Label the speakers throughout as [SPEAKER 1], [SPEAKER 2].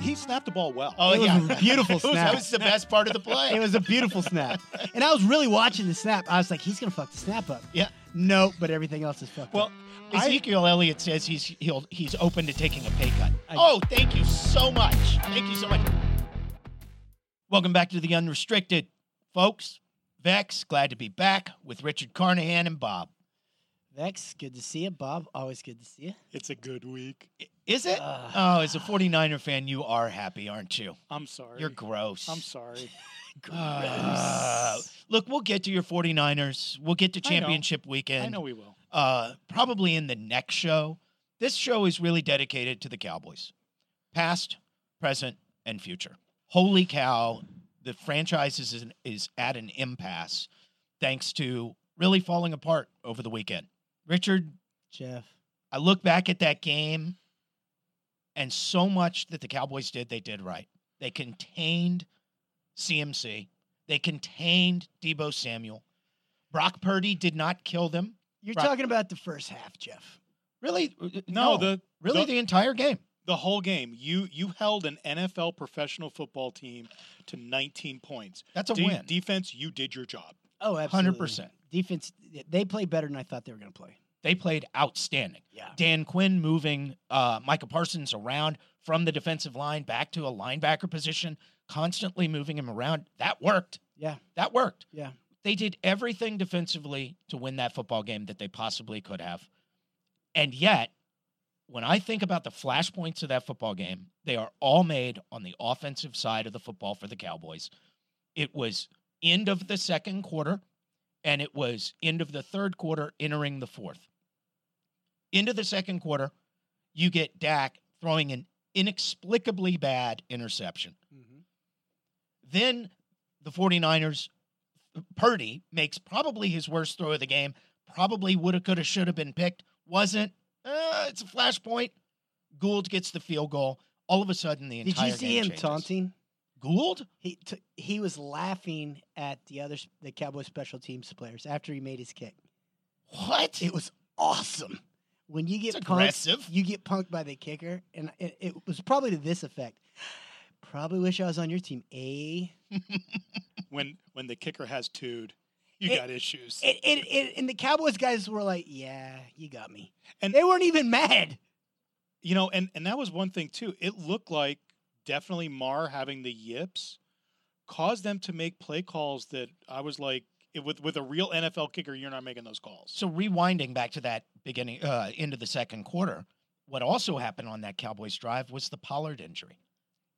[SPEAKER 1] he snapped the ball well.
[SPEAKER 2] Oh,
[SPEAKER 3] it was
[SPEAKER 2] yeah.
[SPEAKER 3] a beautiful
[SPEAKER 2] It was-
[SPEAKER 3] snap.
[SPEAKER 2] that was the best part of the play.
[SPEAKER 3] it was a beautiful snap. And I was really watching the snap. I was like, he's gonna fuck the snap up.
[SPEAKER 2] Yeah.
[SPEAKER 3] Nope, but everything else is fucked
[SPEAKER 2] Well,
[SPEAKER 3] up.
[SPEAKER 1] I-
[SPEAKER 2] Ezekiel Elliott says he's he'll, he's open to taking a pay cut.
[SPEAKER 3] I-
[SPEAKER 2] oh, thank you so much. Thank you so much. Welcome back to the Unrestricted, folks. Vex, glad to be back with Richard Carnahan and Bob.
[SPEAKER 3] Vex, good to see you. Bob, always good to see you.
[SPEAKER 1] It's a good week.
[SPEAKER 2] I- Is it?
[SPEAKER 3] Ugh.
[SPEAKER 2] oh, as a 49er fan, you are happy, aren't you?
[SPEAKER 1] I'm sorry.
[SPEAKER 2] You're gross.
[SPEAKER 1] I'm sorry.
[SPEAKER 2] Uh, look, we'll get to your 49ers. We'll get to
[SPEAKER 1] I know.
[SPEAKER 2] championship weekend.
[SPEAKER 1] I know we will.
[SPEAKER 2] uh, probably in the next show. This show is really dedicated to the Cowboys, past, present, and future. Holy cow, the franchise is, in- is at an impasse thanks to really falling apart over the weekend. Richard,
[SPEAKER 3] Jeff.
[SPEAKER 2] I look back at that game and so much that the Cowboys did, they did right. They contained CMC, they contained Debo Samuel. Brock Purdy did not kill them.
[SPEAKER 3] You're
[SPEAKER 2] Right.
[SPEAKER 3] talking about the first half, Jeff.
[SPEAKER 2] Really?
[SPEAKER 1] No, the
[SPEAKER 2] really
[SPEAKER 1] the-
[SPEAKER 2] the, entire game.
[SPEAKER 1] the whole game. You you held an NFL professional football team to 19 points.
[SPEAKER 2] That's a
[SPEAKER 1] De-
[SPEAKER 2] win.
[SPEAKER 1] Defense, you did your job.
[SPEAKER 3] Oh, absolutely.
[SPEAKER 2] 100%.
[SPEAKER 3] Defense, they played better than I thought they were gonna play.
[SPEAKER 2] They played outstanding.
[SPEAKER 3] Yeah.
[SPEAKER 2] Dan Quinn moving uh, Micah Parsons around from the defensive line back to a linebacker position, constantly moving him around. That worked.
[SPEAKER 3] Yeah.
[SPEAKER 2] That worked.
[SPEAKER 3] Yeah.
[SPEAKER 2] They did everything defensively to win that football game that they possibly could have. And yet, when I think about the flashpoints of that football game, they are all made on the offensive side of the football for the Cowboys. It was end of the second quarter and it was end of the third quarter entering the fourth. Into the second quarter, you get Dak throwing an inexplicably bad interception.
[SPEAKER 3] Mm-hmm.
[SPEAKER 2] Then the 49ers, Purdy makes probably his worst throw of the game. Probably would have, could have, should have been picked. Wasn't. Uh, it's a flashpoint. Gould gets the field goal. All of a sudden, the
[SPEAKER 3] Did
[SPEAKER 2] entire
[SPEAKER 3] you see
[SPEAKER 2] game
[SPEAKER 3] him
[SPEAKER 2] changes.
[SPEAKER 3] taunting?
[SPEAKER 2] Gould?
[SPEAKER 3] He t- he was laughing at the other s- the Cowboys special teams players after he made his kick.
[SPEAKER 2] What?
[SPEAKER 3] It was awesome. When you get
[SPEAKER 2] It's
[SPEAKER 3] punked,
[SPEAKER 2] aggressive.
[SPEAKER 3] you get punked by the kicker, and it, it was probably to this effect. Probably wish I was on your team. A
[SPEAKER 1] When when the kicker has twoed, you
[SPEAKER 3] It-
[SPEAKER 1] got issues.
[SPEAKER 3] it, it, it, and the Cowboys guys were like, "Yeah, you got me," and
[SPEAKER 1] And-
[SPEAKER 3] they weren't even mad.
[SPEAKER 1] you know, and and that was one thing too. It looked like definitely Mar having the yips caused them to make play calls that I was like, it, with with a real NFL kicker, you're not making those calls.
[SPEAKER 2] So rewinding back to that beginning uh, end of the second quarter, what also happened on that Cowboys drive was the Pollard injury,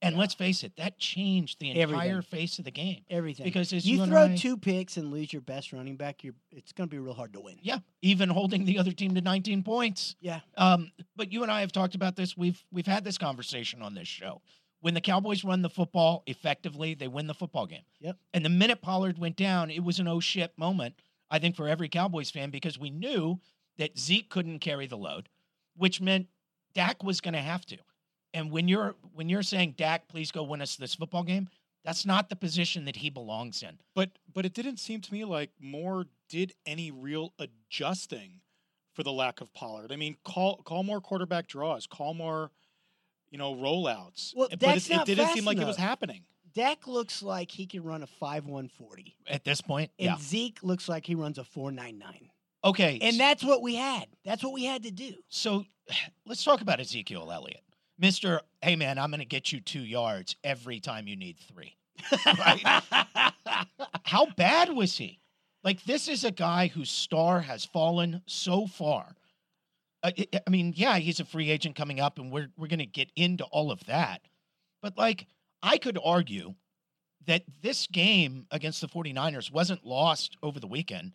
[SPEAKER 2] and
[SPEAKER 3] Yeah.
[SPEAKER 2] let's face it, that changed the entire
[SPEAKER 3] Everything.
[SPEAKER 2] face of the game
[SPEAKER 3] Everything
[SPEAKER 2] because as
[SPEAKER 3] you
[SPEAKER 2] and
[SPEAKER 3] throw
[SPEAKER 2] I-
[SPEAKER 3] two picks and lose your best running back, you're it's going to be real hard to win.
[SPEAKER 2] yeah, even holding the other team to 19 points.
[SPEAKER 3] Yeah.
[SPEAKER 2] Um, but you and I have talked about this. We've we've had this conversation on this show. When the Cowboys run the football effectively, they win the football game.
[SPEAKER 3] Yep.
[SPEAKER 2] And the minute Pollard went down, it was an oh shit moment, I think, for every Cowboys fan because we knew that Zeke couldn't carry the load, which meant Dak was gonna have to. And when you're when you're saying Dak, please go win us this football game, that's not the position that he belongs in.
[SPEAKER 1] But but it didn't seem to me like Moore did any real adjusting for the lack of Pollard. I mean, call call more quarterback draws, call more, you know, rollouts.
[SPEAKER 3] Well,
[SPEAKER 1] but
[SPEAKER 3] Dak's
[SPEAKER 1] it's- it
[SPEAKER 3] not
[SPEAKER 1] didn't
[SPEAKER 3] fast
[SPEAKER 1] seem like it was
[SPEAKER 3] enough.
[SPEAKER 1] happening.
[SPEAKER 3] Dak looks like he can run a five one forty,
[SPEAKER 2] At this point,
[SPEAKER 3] and
[SPEAKER 2] yeah.
[SPEAKER 3] Zeke looks like he runs a four nine nine,
[SPEAKER 2] Okay.
[SPEAKER 3] and that's what we had. That's what we had to do.
[SPEAKER 2] So let's talk about Ezekiel Elliott. Mr. Hey man, I'm going to get you 2 yards every time you need 3. How bad was he? Like this is a guy whose star has fallen so far. Uh, I- I- I mean, yeah, he's a free agent coming up and we're we're going to get into all of that. But like I could argue that this game against the 49ers wasn't lost over the weekend.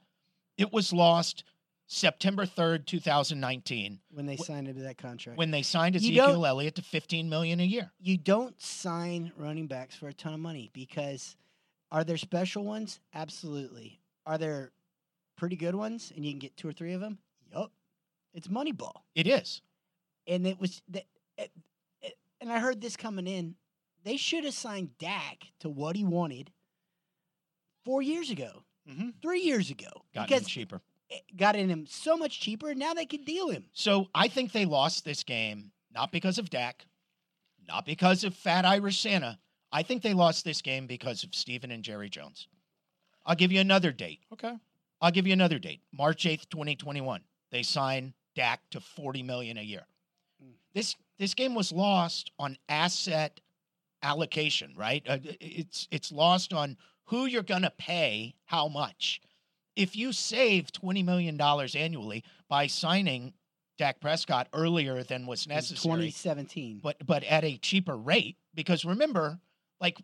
[SPEAKER 2] It was lost September 3rd, 2019
[SPEAKER 3] when they
[SPEAKER 2] Wh-
[SPEAKER 3] signed into that contract.
[SPEAKER 2] when they signed
[SPEAKER 3] You
[SPEAKER 2] Ezekiel Elliott to 15 million a year.
[SPEAKER 3] you don't sign running backs for a ton of money because are there special ones? Absolutely. Are there pretty good ones and you can get two or three of them? Yup. It's Moneyball.
[SPEAKER 2] It is.
[SPEAKER 3] And it was that it- it- and I heard this coming in. They should have signed Dak to what he wanted 4 years ago,
[SPEAKER 1] hmm
[SPEAKER 3] 3 years ago.
[SPEAKER 2] Gotten him
[SPEAKER 3] because
[SPEAKER 2] cheaper.
[SPEAKER 3] it eh, got in him so much cheaper and now they could deal him.
[SPEAKER 2] So I think they lost this game not because of Dak, not because of Fat Irish Santa. I think they lost this game because of Steven and Jerry Jones. I'll give you another date.
[SPEAKER 1] Okay.
[SPEAKER 2] I'll give you another date. March 8th, 2021. They sign Dak to 40 million a year.
[SPEAKER 3] Mm.
[SPEAKER 2] This this game was lost on asset allocation, right? Uh, i- It's it's lost on who you're going to pay how much. If you save 20 million dollars annually by signing Dak Prescott earlier than was
[SPEAKER 3] in
[SPEAKER 2] necessary
[SPEAKER 3] 2017.
[SPEAKER 2] but but at a cheaper rate because remember like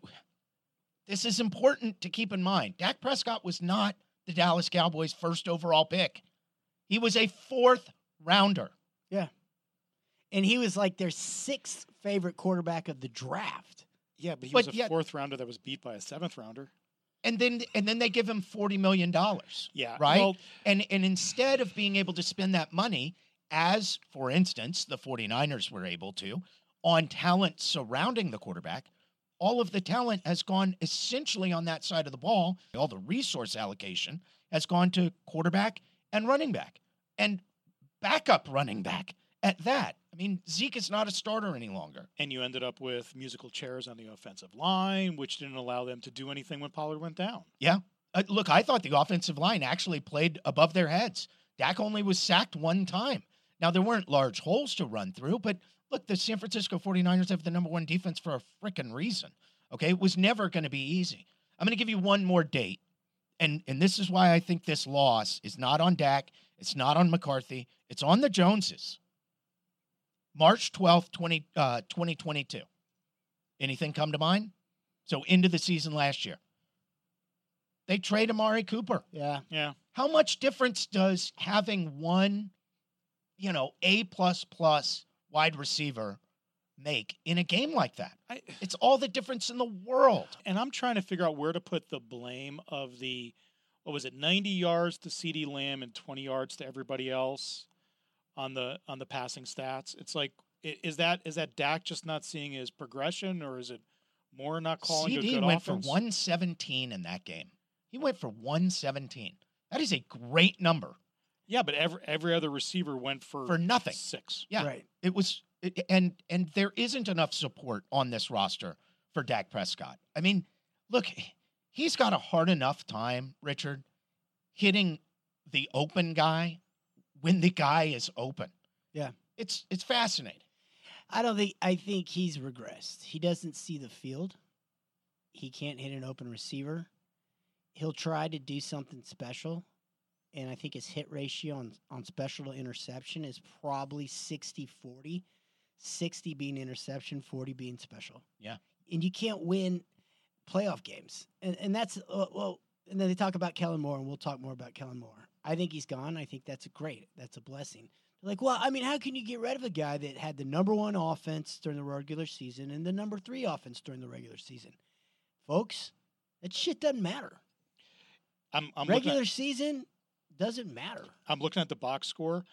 [SPEAKER 2] this is important to keep in mind. Dak Prescott was not the Dallas Cowboys first overall pick. He was a fourth rounder.
[SPEAKER 3] and he was like their sixth favorite quarterback of the draft.
[SPEAKER 1] Yeah, but he
[SPEAKER 2] But
[SPEAKER 1] was a
[SPEAKER 2] yet-
[SPEAKER 1] fourth rounder that was beat by a seventh rounder.
[SPEAKER 2] And then and then they give him 40 million dollars.
[SPEAKER 1] Yeah.
[SPEAKER 2] Right?
[SPEAKER 1] Well,
[SPEAKER 2] And and instead of being able to spend that money as for instance the 49ers were able to on talent surrounding the quarterback, all of the talent has gone essentially on that side of the ball. All the resource allocation has gone to quarterback and running back and backup running back at that. I mean, Zeke is not a starter any longer.
[SPEAKER 1] and you ended up with musical chairs on the offensive line, which didn't allow them to do anything when Pollard went down.
[SPEAKER 2] Uh, look, I thought the offensive line actually played above their heads. Dak only was sacked one time. Now, there weren't large holes to run through, but look, the San Francisco 49ers have the number one defense for a freaking reason. Okay. It was never going to be easy. I'm going to give you one more date. And, and this is why I think this loss is not on Dak. It's not on McCarthy. It's on the Joneses. March 12th, 20, uh, 2022. Anything come to mind? So, end of the season last year. They trade Amari Cooper.
[SPEAKER 3] Yeah.
[SPEAKER 1] Yeah.
[SPEAKER 2] How much difference does having one, you know, A plus plus wide receiver make in a game like that?
[SPEAKER 1] I,
[SPEAKER 2] It's all the difference in the world.
[SPEAKER 1] and I'm trying to figure out where to put the blame of the what was it 90 yards to CD Lamb and 20 yards to everybody else on the on the passing stats. It's like i- is that is that Dak just not seeing his progression or is it more not calling a
[SPEAKER 2] CD
[SPEAKER 1] good
[SPEAKER 2] went
[SPEAKER 1] offense?
[SPEAKER 2] for 117 in that game. He went for 117. That is a great number
[SPEAKER 1] Yeah, but every every other receiver went for,
[SPEAKER 2] for nothing.
[SPEAKER 1] six.
[SPEAKER 2] Yeah.
[SPEAKER 3] Right.
[SPEAKER 2] It was it- and and there isn't enough support on this roster for Dak Prescott. I mean, look, he's got a hard enough time, Richard, hitting the open guy when the guy is open.
[SPEAKER 3] Yeah.
[SPEAKER 2] It's it's fascinating.
[SPEAKER 3] I don't think I think he's regressed. He doesn't see the field. He can't hit an open receiver. He'll try to do something special. And I think his hit ratio on, on special to interception is probably 60 40. 60 being interception, 40 being special.
[SPEAKER 2] Yeah.
[SPEAKER 3] And you can't win playoff games. And, and that's, uh, well, and then they talk about Kellen Moore, and we'll talk more about Kellen Moore. I think he's gone. I think that's great. That's a blessing. Like, well, I mean, how can you get rid of a guy that had the number one offense during the regular season and the number three offense during the regular season? Folks, that shit doesn't matter.
[SPEAKER 1] I'm I'm looking at,
[SPEAKER 3] regular season doesn't matter.
[SPEAKER 1] I'm looking at the box score.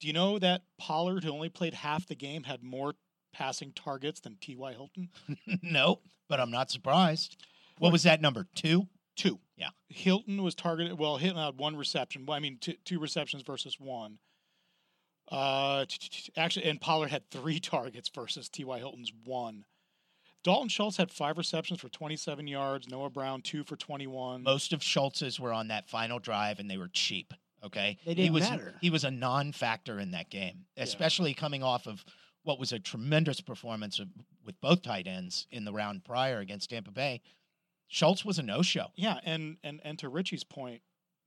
[SPEAKER 1] Do you know that Pollard, who only played half the game, had more passing targets than T.Y. Hilton?
[SPEAKER 2] no, but I'm not surprised. What was that number? 2?
[SPEAKER 1] Two.
[SPEAKER 2] Yeah.
[SPEAKER 1] Hilton was targeted. Well, Hilton had one reception. Well, I mean, two, two receptions versus one. Uh, t- t- t- actually, and Pollard had three targets versus T.Y. Hilton's one. Dalton Schultz had five receptions for 27 yards. Noah Brown two for 21.
[SPEAKER 2] Most of Schultz's were on that final drive and they were cheap. Okay.
[SPEAKER 3] They
[SPEAKER 2] he
[SPEAKER 3] didn't
[SPEAKER 2] was,
[SPEAKER 3] matter.
[SPEAKER 2] He was a non factor in that game, especially coming off of what was a tremendous performance of, with both tight ends in the round prior against Tampa Bay. Schultz was a no show.
[SPEAKER 1] Yeah, and and and to Richie's point,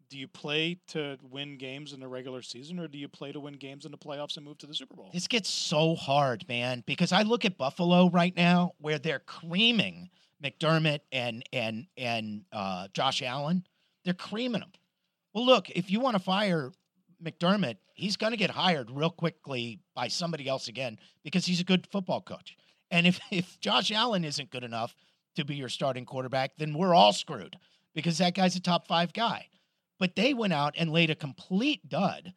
[SPEAKER 1] do you play to win games in the regular season, or do you play to win games in the playoffs and move to the Super Bowl?
[SPEAKER 2] This gets so hard, man, because I look at Buffalo right now where they're creaming McDermott and and and uh, Josh Allen. They're creaming them. Well, look, if you want to fire McDermott, he's going to get hired real quickly by somebody else again because he's a good football coach. And if if Josh Allen isn't good enough to be your starting quarterback, then we're all screwed because that guy's a top five guy. But they went out and laid a complete dud.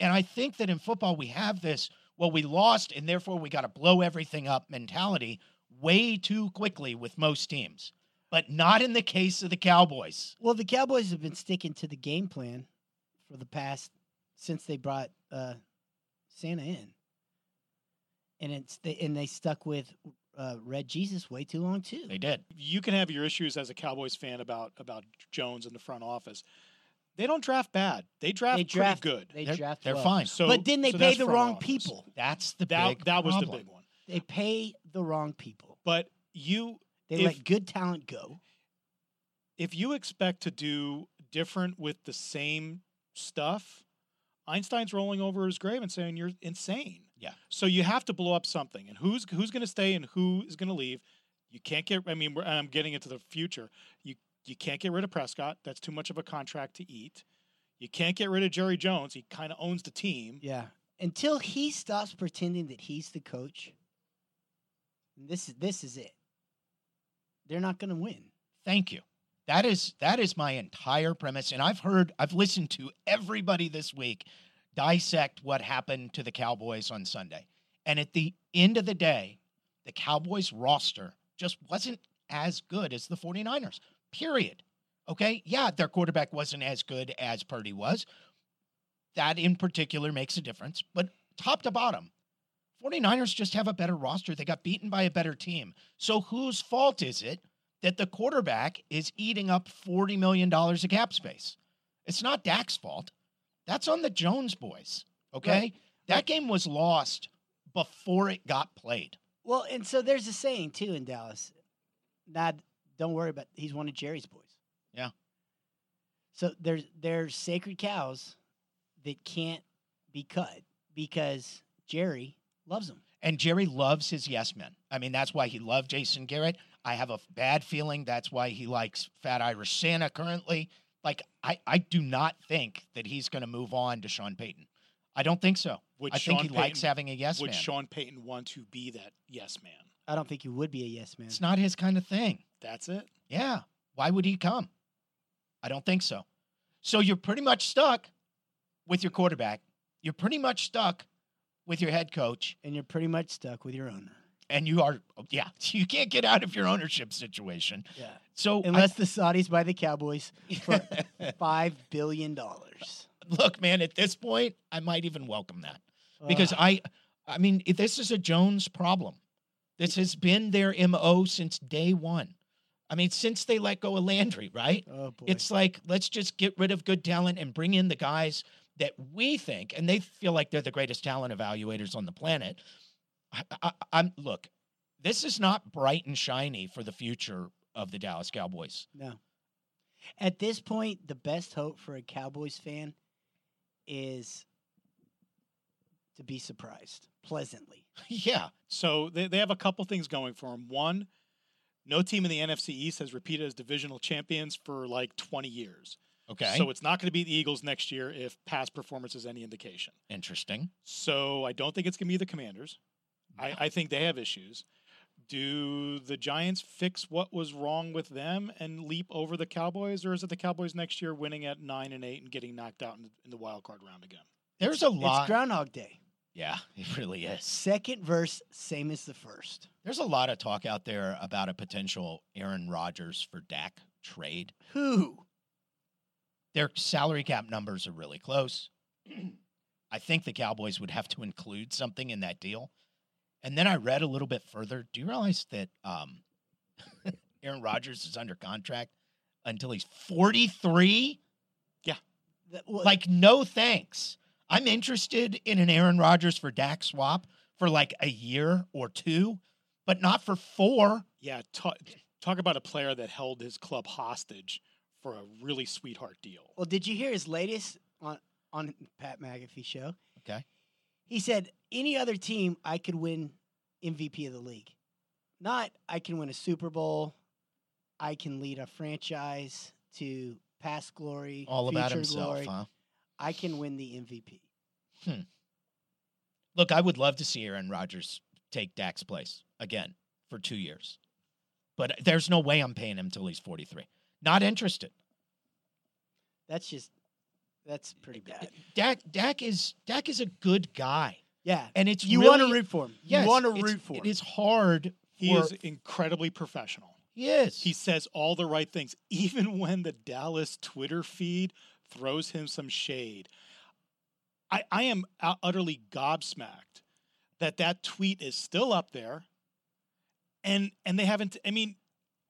[SPEAKER 2] And I think that in football we have this well, we lost and therefore we got to blow everything up mentality way too quickly with most teams, but not in the case of the Cowboys.
[SPEAKER 3] Well, the Cowboys have been sticking to the game plan for the past since they brought uh, Santa in. and it's they, and they stuck with uh, Red Jesus way too long too.
[SPEAKER 2] They did.
[SPEAKER 1] you can have your issues as a Cowboys fan about about Jones in the front office. They don't draft bad. They draft,
[SPEAKER 3] They draft-
[SPEAKER 1] pretty good.
[SPEAKER 3] They
[SPEAKER 2] They're,
[SPEAKER 3] draft
[SPEAKER 2] they're
[SPEAKER 3] well.
[SPEAKER 2] fine.
[SPEAKER 1] So,
[SPEAKER 3] but then they
[SPEAKER 1] so
[SPEAKER 3] pay
[SPEAKER 1] that's
[SPEAKER 3] the
[SPEAKER 1] front
[SPEAKER 3] wrong
[SPEAKER 1] office.
[SPEAKER 3] people.
[SPEAKER 2] That's the
[SPEAKER 1] That
[SPEAKER 2] big
[SPEAKER 1] that was the
[SPEAKER 2] problem.
[SPEAKER 1] big one.
[SPEAKER 3] They pay the wrong people.
[SPEAKER 1] But you
[SPEAKER 3] They
[SPEAKER 1] If-
[SPEAKER 3] let good talent go.
[SPEAKER 1] if you expect to do different with the same stuff, Einstein's rolling over his grave and saying you're insane.
[SPEAKER 2] Yeah.
[SPEAKER 1] So you have to blow up something, and who's who's going to stay and who is going to leave? You can't get. I mean, we're, and I'm getting into the future. You you can't get rid of Prescott. That's too much of a contract to eat. You can't get rid of Jerry Jones. He kind of owns the team.
[SPEAKER 3] Yeah. Until he stops pretending that he's the coach, this is this is it. They're not going to win.
[SPEAKER 2] Thank you. That is that is my entire premise. And I've heard, I've listened to everybody this week dissect what happened to the Cowboys on Sunday. And at the end of the day, the Cowboys roster just wasn't as good as the 49ers. Period. Okay? Yeah, their quarterback wasn't as good as Purdy was. That in particular makes a difference, but top to bottom, 49ers just have a better roster. They got beaten by a better team. So whose fault is it that the quarterback is eating up $40 million of cap space. It's not Dak's fault. That's on the Jones boys. Okay.
[SPEAKER 3] Right.
[SPEAKER 2] That
[SPEAKER 3] Right.
[SPEAKER 2] game was lost before it got played.
[SPEAKER 3] Well, and so there's a saying too in Dallas. Not don't worry about he's one of Jerry's boys.
[SPEAKER 2] Yeah.
[SPEAKER 3] So there's there's sacred cows that can't be cut because Jerry loves them.
[SPEAKER 2] And Jerry loves his yes men. I mean, that's why he loved Jason Garrett. I have a f- bad feeling that's why he likes Fat Irish Santa currently. Like, I, I do not think that he's going to move on to Sean Payton. I don't think so.
[SPEAKER 1] Would
[SPEAKER 2] I
[SPEAKER 1] Sean
[SPEAKER 2] think he
[SPEAKER 1] Payton,
[SPEAKER 2] likes having a yes
[SPEAKER 1] would
[SPEAKER 2] man.
[SPEAKER 1] Sean Payton want to be that yes man?
[SPEAKER 3] I don't think he would be a yes man.
[SPEAKER 2] it's not his kind of thing.
[SPEAKER 1] That's it.
[SPEAKER 2] Yeah. Why would he come? I don't think so. So you're pretty much stuck with your quarterback. You're pretty much stuck with your head coach.
[SPEAKER 3] And you're pretty much stuck with your owner.
[SPEAKER 2] And you are, yeah, you can't get out of your ownership situation.
[SPEAKER 3] Yeah.
[SPEAKER 2] So, I-
[SPEAKER 3] Unless the Saudis buy the Cowboys for five billion dollars.
[SPEAKER 2] look, man, at this point, I might even welcome that because I, I mean, if this is a Jones problem. This has been their MO since day one. I mean, since they let go of Landry, right?
[SPEAKER 3] oh boy.
[SPEAKER 2] It's like let's just get rid of good talent and bring in the guys that we think, and they feel like they're the greatest talent evaluators on the planet. I, I, I'm look, this is not bright and shiny for the future of the Dallas Cowboys.
[SPEAKER 3] No. At this point, the best hope for a Cowboys fan is to be surprised pleasantly.
[SPEAKER 2] yeah,
[SPEAKER 1] So they, they have a couple things going for them. One, no team in the NFC East has repeated as divisional champions for like 20 years.
[SPEAKER 2] okay,
[SPEAKER 1] So it's not going to be the Eagles next year if past performance is any indication.
[SPEAKER 2] interesting.
[SPEAKER 1] So I don't think it's going to be the Commanders. I, I think they have issues. Do the Giants fix what was wrong with them and leap over the Cowboys, or is it the Cowboys next year winning at nine and eight and getting knocked out in, in the wild card round again?
[SPEAKER 2] There's a
[SPEAKER 3] It's
[SPEAKER 2] lot.
[SPEAKER 3] Groundhog Day.
[SPEAKER 2] yeah, it really is.
[SPEAKER 3] Second verse, same as the first.
[SPEAKER 2] There's a lot of talk out there about a potential Aaron Rodgers for Dak trade.
[SPEAKER 3] Who?
[SPEAKER 2] their salary cap numbers are really close. I think the Cowboys would have to include something in that deal. And then I read a little bit further. Do you realize that um, Aaron Rodgers is under contract until he's 43?
[SPEAKER 3] Th- well,
[SPEAKER 2] Like, no thanks. I'm interested in an Aaron Rodgers for Dak swap for like a year or two, but not for four.
[SPEAKER 1] Yeah, talk, talk about a player that held his club hostage for a really sweetheart deal.
[SPEAKER 3] well, did you hear his latest on on Pat McAfee show?
[SPEAKER 2] Okay.
[SPEAKER 3] He said, "Any other team, I could win MVP of the league. Not I can win a Super Bowl. I can lead a franchise to past glory,
[SPEAKER 2] All about
[SPEAKER 3] future
[SPEAKER 2] himself,
[SPEAKER 3] glory.
[SPEAKER 2] huh?
[SPEAKER 3] I can win the MVP.
[SPEAKER 2] Look, I would love to see Aaron Rodgers take Dak's place again for two years, but there's no way I'm paying him till he's 43. Not interested.
[SPEAKER 3] That's just that's pretty bad.
[SPEAKER 2] Dak, Dak is Dak is a good guy,
[SPEAKER 3] Yeah,
[SPEAKER 2] and it's
[SPEAKER 3] you
[SPEAKER 2] really,
[SPEAKER 3] want to root for him.
[SPEAKER 2] Yes,
[SPEAKER 3] you want to
[SPEAKER 2] it's-
[SPEAKER 3] root for him.
[SPEAKER 2] It is hard.
[SPEAKER 1] He
[SPEAKER 2] for-
[SPEAKER 1] is incredibly professional.
[SPEAKER 2] He is.
[SPEAKER 1] He says all the right things, even when the Dallas Twitter feed throws him some shade. I, I am ut- utterly gobsmacked that that tweet is still up there, and and they haven't. I mean,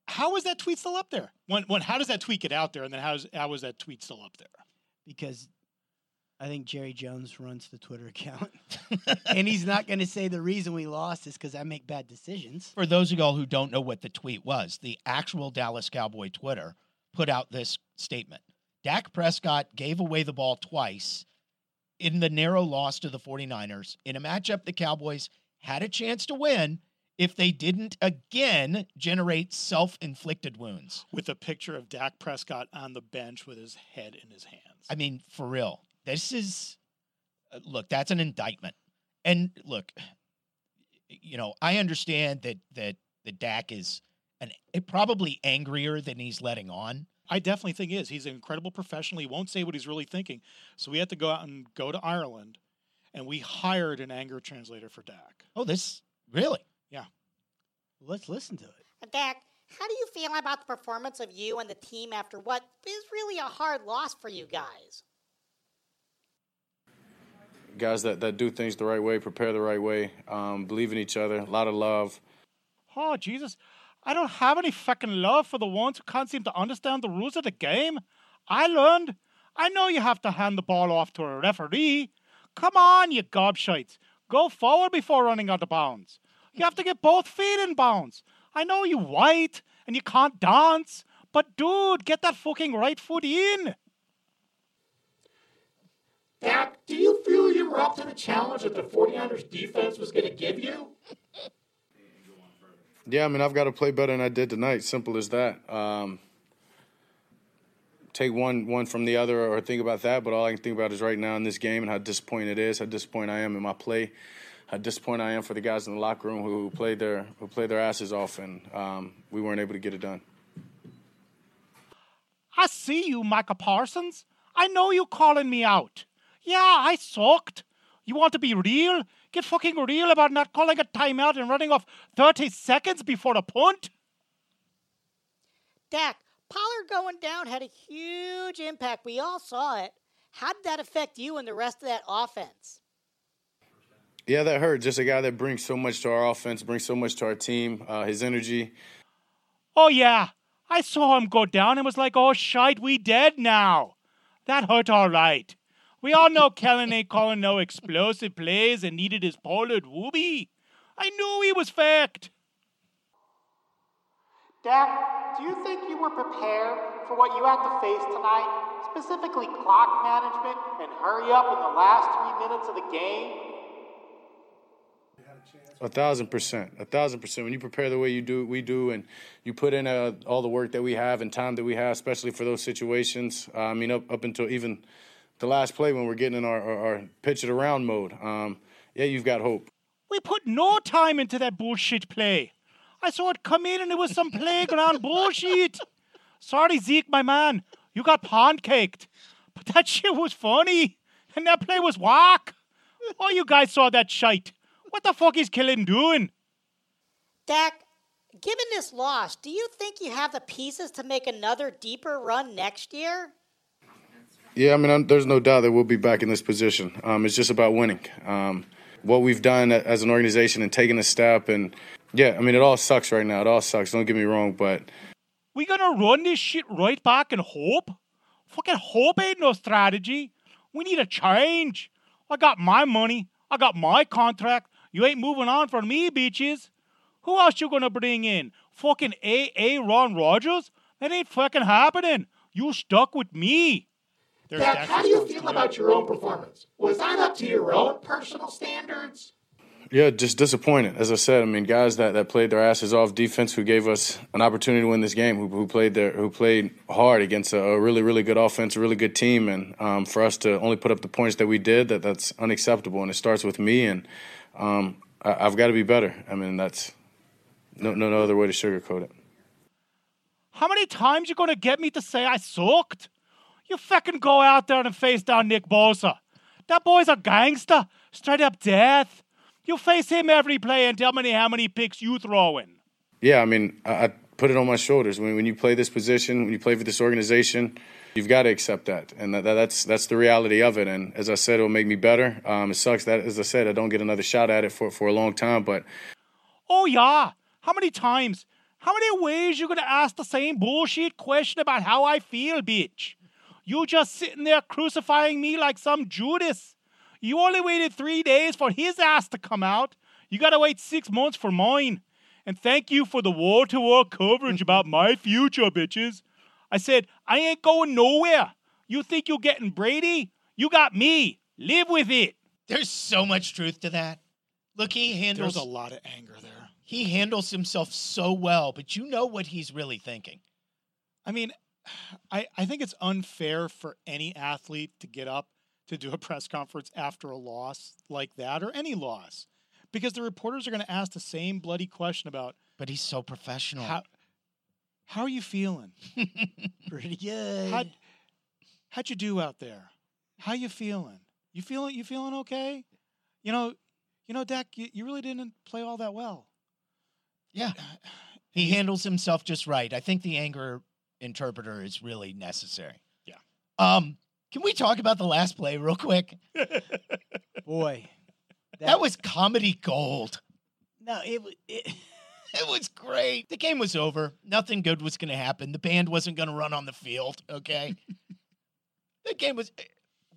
[SPEAKER 1] how is that tweet still up there? When when how does that tweet get out there, and then how's how is that tweet still up there?
[SPEAKER 3] because I think Jerry Jones runs the Twitter account, and he's not going to say the reason we lost is because I make bad decisions.
[SPEAKER 2] For those of y'all who don't know what the tweet was, the actual Dallas Cowboy Twitter put out this statement Dak Prescott gave away the ball twice in the narrow loss to the 49ers in a matchup the Cowboys had a chance to win if they didn't again generate self inflicted wounds.
[SPEAKER 1] With a picture of Dak Prescott on the bench with his head in his hands.
[SPEAKER 2] I mean, for real, this is uh, look. That's an indictment. And look, you know, I understand that that the Dak is an eh, probably angrier than he's letting on.
[SPEAKER 1] I definitely think he is. He's an incredible professional. He won't say what he's really thinking. So we had to go out and go to Ireland, and we hired an anger translator for Dak.
[SPEAKER 2] Oh, this really?
[SPEAKER 3] Let's listen to it.
[SPEAKER 4] Dak, how do you feel about the performance of you and the team after what is really a hard loss for you guys?
[SPEAKER 5] guys that, that do things the right way, prepare the right way, um, believe in each other, a lot of love.
[SPEAKER 1] Oh, Jesus. I don't have any fucking love for the ones who can't seem to understand the rules of the game. I learned. I know you have to hand the ball off to a referee. Come on, you gobshites. Go forward before running out of bounds. You have to get both feet in bounds. I know you white and you can't dance, but dude, get that fucking right foot in.
[SPEAKER 6] Dak, do you feel you were up to the challenge that the 49ers defense was going to give you?
[SPEAKER 5] Yeah, I mean, I've got to play better than I did tonight. Simple as that. Um, take one one from the other or think about that, but all I can think about is right now in this game and how disappointed it is, how disappointed I am in my play, how disappointed I am for the guys in the locker room who played their who played their asses off and um, we weren't able to get it done.
[SPEAKER 1] I see you, Micah Parsons. I know you calling me out. Yeah, I sucked. You want to be real? Get fucking real about not calling a timeout and running off 30 seconds before a punt?
[SPEAKER 4] Dak, Pollard going down had a huge impact. We all saw it. How did that affect you and the rest of that offense?
[SPEAKER 5] Yeah, that hurt. Just a guy that brings so much to our offense, brings so much to our team. Uh, his energy,
[SPEAKER 1] Oh, yeah. I saw him go down and was like, oh, shite, we dead now. That hurt all right. We all know Kellen ain't calling no explosive plays and needed his Pollard whoopee. I knew he was faked.
[SPEAKER 6] Dak, do you think you were prepared for what you had to face tonight, specifically clock management and hurry up in the last three minutes of the game?
[SPEAKER 5] A thousand percent, a thousand percent. When you prepare the way you do, we do, and you put in uh, all the work that we have and time that we have, especially for those situations. Uh, I mean, up up until even the last play when we're getting in our our, our pitch it around mode. Um, yeah, you've got hope.
[SPEAKER 1] We put no time into that bullshit play. I saw it come in and it was some playground bullshit. Sorry, Zeke, my man. You got pancaked. But that shit was funny. And that play was whack. Oh, you guys saw that shite. What the fuck is Kellen doing?
[SPEAKER 4] Dak, given this loss, do you think you have the pieces to make another deeper run next year?
[SPEAKER 5] Yeah, I mean, I'm, there's no doubt that we'll be back in this position. Um, it's just about winning. Um, what we've done a- as an organization and taking a step, and yeah, I mean, it all sucks right now. It all sucks. Don't get me wrong, but
[SPEAKER 1] We gonna run this shit right back and hope? Fucking hope ain't no strategy. We need a change. I got my money. I got my contract. You ain't moving on from me, bitches. Who else you gonna bring in? Fucking AA Ron Rogers? That ain't fucking happening. You stuck with me. There's
[SPEAKER 6] Dak, how do you feel about your own performance? Was that up to your own personal standards?
[SPEAKER 5] Yeah, just disappointed. As I said, I mean, guys that, that played their asses off defense, who gave us an opportunity to win this game, who, who played their who played hard against a, a really really good offense, a really good team, and um, for us to only put up the points that we did, that that's unacceptable, and it starts with me, and um, I, I've got to be better. I mean, that's no no no other way to sugarcoat it.
[SPEAKER 1] How many times you gonna get me to say I sucked? You fucking go out there and face down Nick Bosa. That boy's a gangster, straight up death. You face him every play and tell me how many picks you throwing.
[SPEAKER 5] Yeah, I mean, I, I put it on my shoulders. When, when you play this position, when you play for this organization, you've got to accept that, and that, that- that's that's the reality of it. And as I said, it'll make me better. Um, it sucks that, as I said, I don't get another shot at it for for a long time, but
[SPEAKER 1] Oh yeah. How many times? How many ways you gonna ask the same bullshit question about how I feel, bitch? You just sitting there crucifying me like some Judas. You only waited three days for his ass to come out. You gotta wait six months for mine. And thank you for the war to war coverage about my future, bitches. I said, I ain't going nowhere. You think you're getting Brady? You got me. Live with it.
[SPEAKER 2] There's so much truth to that. Look, he handles
[SPEAKER 1] lot of anger there.
[SPEAKER 2] he handles himself so well, but you know what he's really thinking.
[SPEAKER 1] I mean, I, I think it's unfair for any athlete to get up to do a press conference after a loss like that or any loss because the reporters are going to ask the same bloody question about
[SPEAKER 2] But he's so professional.
[SPEAKER 1] how, how are you feeling?
[SPEAKER 3] Pretty good.
[SPEAKER 1] How, how'd you do out there? How you feeling? You feeling you feeling okay? You know, you know, Dak, you, you really didn't play all that well.
[SPEAKER 2] yeah. He handles himself just right. I think the anger interpreter is really necessary.
[SPEAKER 1] Yeah.
[SPEAKER 2] Um, can we talk about the last play real quick?
[SPEAKER 3] Boy,
[SPEAKER 2] That was comedy gold.
[SPEAKER 3] no. It, w- it
[SPEAKER 2] It was great. The game was over. Nothing good was going to happen. The band wasn't going to run on the field. Okay. the game was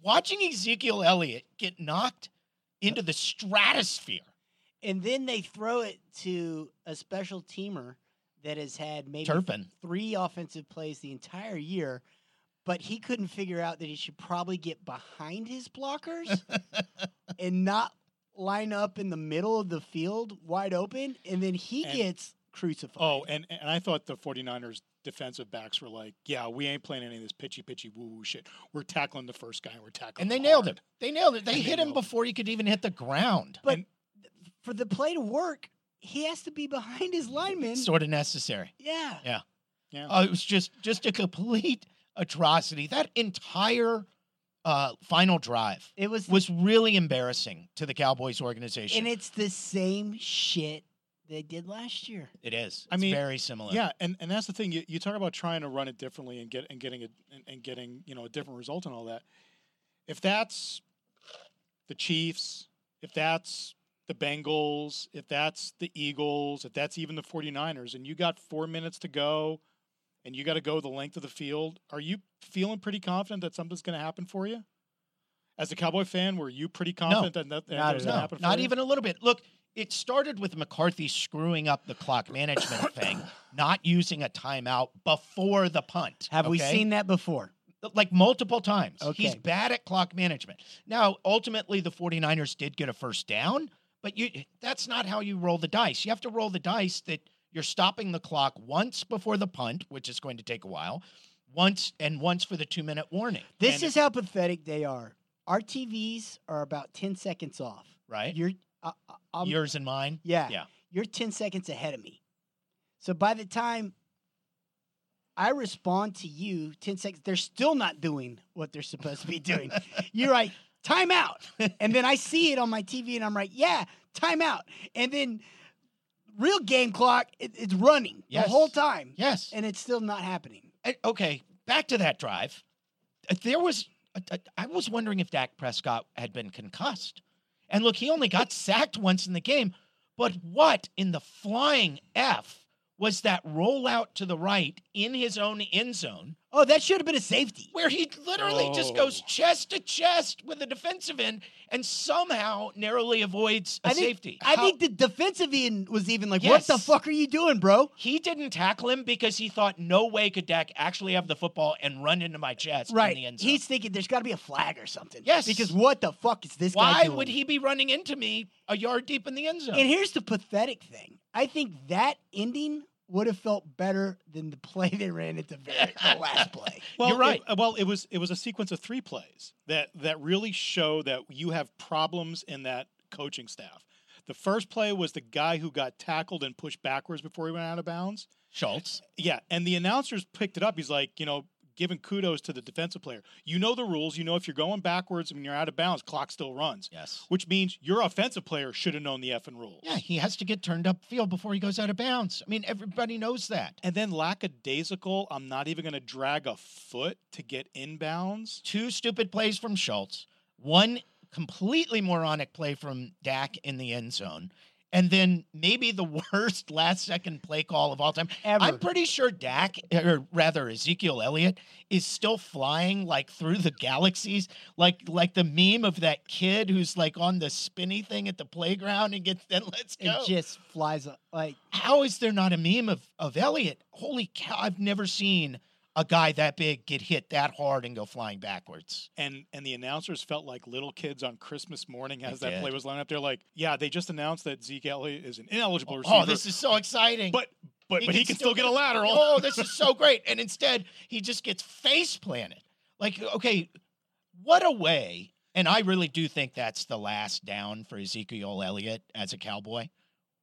[SPEAKER 2] watching Ezekiel Elliott get knocked into the stratosphere.
[SPEAKER 3] and then they throw it to a special teamer that has had maybe
[SPEAKER 2] Turpin.
[SPEAKER 3] three offensive plays the entire year, but he couldn't figure out that he should probably get behind his blockers and not line up in the middle of the field wide open. And then he
[SPEAKER 1] And-
[SPEAKER 3] gets crucified.
[SPEAKER 1] Oh, and and I thought the 49ers defensive backs were like, yeah, we ain't playing any of this pitchy pitchy woo woo shit. We're tackling the first guy and we're tackling
[SPEAKER 2] And they nailed
[SPEAKER 1] hard."
[SPEAKER 2] him. They nailed it. They
[SPEAKER 1] And they
[SPEAKER 2] hit
[SPEAKER 1] nailed
[SPEAKER 2] him
[SPEAKER 1] him.
[SPEAKER 2] before he could even hit the ground.
[SPEAKER 3] but
[SPEAKER 1] and-
[SPEAKER 3] th- for the play to work, he has to be behind his lineman.
[SPEAKER 2] Sort of necessary.
[SPEAKER 3] yeah.
[SPEAKER 1] Yeah.
[SPEAKER 2] Oh, it was just just a complete atrocity. That entire uh, final drive
[SPEAKER 3] It was,
[SPEAKER 2] was really embarrassing to the Cowboys organization.
[SPEAKER 3] and it's the same shit they did last year.
[SPEAKER 2] it is. It's
[SPEAKER 1] I mean,
[SPEAKER 2] very similar.
[SPEAKER 1] yeah, and, and that's the thing. You, you talk about trying to run it differently and get and getting a and, and getting, you know, a different result and all that. If that's the Chiefs, if that's the Bengals, if that's the Eagles, if that's even the 49ers and you got 4 minutes to go and you got to go the length of the field, are you feeling pretty confident that something's going to happen for you? As a Cowboy fan, were you pretty confident that that, that
[SPEAKER 3] not
[SPEAKER 1] was going to
[SPEAKER 3] at
[SPEAKER 2] No,
[SPEAKER 1] happen for
[SPEAKER 2] not
[SPEAKER 1] you?
[SPEAKER 2] even a little bit. Look, it started with McCarthy screwing up the clock management thing, not using a timeout before the punt.
[SPEAKER 3] Have we
[SPEAKER 2] okay?
[SPEAKER 3] seen that before?
[SPEAKER 2] like multiple times? He's
[SPEAKER 3] Okay.
[SPEAKER 2] bad at clock management. Now, ultimately, the 49ers did get a first down, but you that's not how you roll the dice. You have to roll the dice that you're stopping the clock once before the punt, which is going to take a while, once and once for the two minute warning,
[SPEAKER 3] This
[SPEAKER 1] And
[SPEAKER 3] is how pathetic they are. Our TVs are about 10 seconds off.
[SPEAKER 2] right?
[SPEAKER 3] You're, uh, I'm,
[SPEAKER 2] Yours and mine.
[SPEAKER 3] yeah,
[SPEAKER 2] yeah.
[SPEAKER 3] You're 10 seconds ahead of me. So by the time I respond to you, 10 seconds, they're still not doing what they're supposed to be doing. You're right. Time out. And then I see it on my TV and I'm like, yeah, time out. And then real game clock, it, it's running
[SPEAKER 2] Yes.
[SPEAKER 3] the whole time.
[SPEAKER 2] Yes.
[SPEAKER 3] And it's still not happening.
[SPEAKER 2] I- okay, back to that drive. Uh, There was, uh, uh, I was wondering if Dak Prescott had been concussed. And look, he only got sacked once in the game, but what in the flying F was that rollout to the right in his own end zone
[SPEAKER 3] Oh, that should have been a safety.
[SPEAKER 2] where he literally just goes chest to chest with the defensive end and somehow narrowly avoids a
[SPEAKER 3] I think-
[SPEAKER 2] safety?
[SPEAKER 3] I
[SPEAKER 2] How-
[SPEAKER 3] think the defensive end was even like, "What the
[SPEAKER 2] Yes.
[SPEAKER 3] fuck are you doing, bro?"
[SPEAKER 2] he didn't tackle him because he thought no way could Dak actually have the football and run into my chest in the
[SPEAKER 3] Right.
[SPEAKER 2] end zone.
[SPEAKER 3] He's thinking there's got to be a flag or something.
[SPEAKER 2] Yes.
[SPEAKER 3] Because what the fuck is this guy
[SPEAKER 2] Why
[SPEAKER 3] doing?
[SPEAKER 2] would he be running into me a yard deep in the end zone?
[SPEAKER 3] And here's the pathetic thing. I think that ending would have felt better than the play they ran at the very the last play.
[SPEAKER 1] Well,
[SPEAKER 2] You're right.
[SPEAKER 1] It, uh, well, it was it was a sequence of three plays that that really show that you have problems in that coaching staff. The first play was the guy who got tackled and pushed backwards before he went out of bounds.
[SPEAKER 2] Schultz.
[SPEAKER 1] Yeah, and the announcers picked it up. He's like, you know, giving kudos to the defensive player. You know the rules. You know if you're going backwards and you're out of bounds, clock still runs,
[SPEAKER 2] Yes.
[SPEAKER 1] which means your offensive player should have known the effing rules.
[SPEAKER 2] Yeah, he has to get turned up field before he goes out of bounds. I mean, everybody knows that.
[SPEAKER 1] And then lackadaisical, I'm not even going to drag a foot to get inbounds.
[SPEAKER 2] Two stupid plays from Schultz, one completely moronic play from Dak in the end zone, and then maybe the worst last second play call of all time.
[SPEAKER 3] Ever.
[SPEAKER 2] I'm pretty sure Dak, or rather Ezekiel Elliott, is still flying like through the galaxies, like like the meme of that kid who's like on the spinny thing at the playground and gets then let's
[SPEAKER 3] it
[SPEAKER 2] go.
[SPEAKER 3] just flies up. Like
[SPEAKER 2] How is there not a meme of of Elliott? Holy cow! I've never seen a guy that big get hit that hard and go flying backwards.
[SPEAKER 1] And and the announcers felt like little kids on Christmas morning as
[SPEAKER 2] They
[SPEAKER 1] that play
[SPEAKER 2] did.
[SPEAKER 1] was lined up. They're like, yeah, they just announced that Zeke Elliott is an ineligible receiver.
[SPEAKER 2] Oh, this is so exciting!
[SPEAKER 1] but but
[SPEAKER 2] He
[SPEAKER 1] but he
[SPEAKER 2] can
[SPEAKER 1] can
[SPEAKER 2] still
[SPEAKER 1] still get a lateral.
[SPEAKER 2] oh, this is so great. And instead, he just gets face planted. Like, okay, what a way. And I really do think that's the last down for Ezekiel Elliott as a cowboy.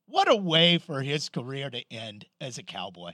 [SPEAKER 2] What a way for his career to end as a cowboy.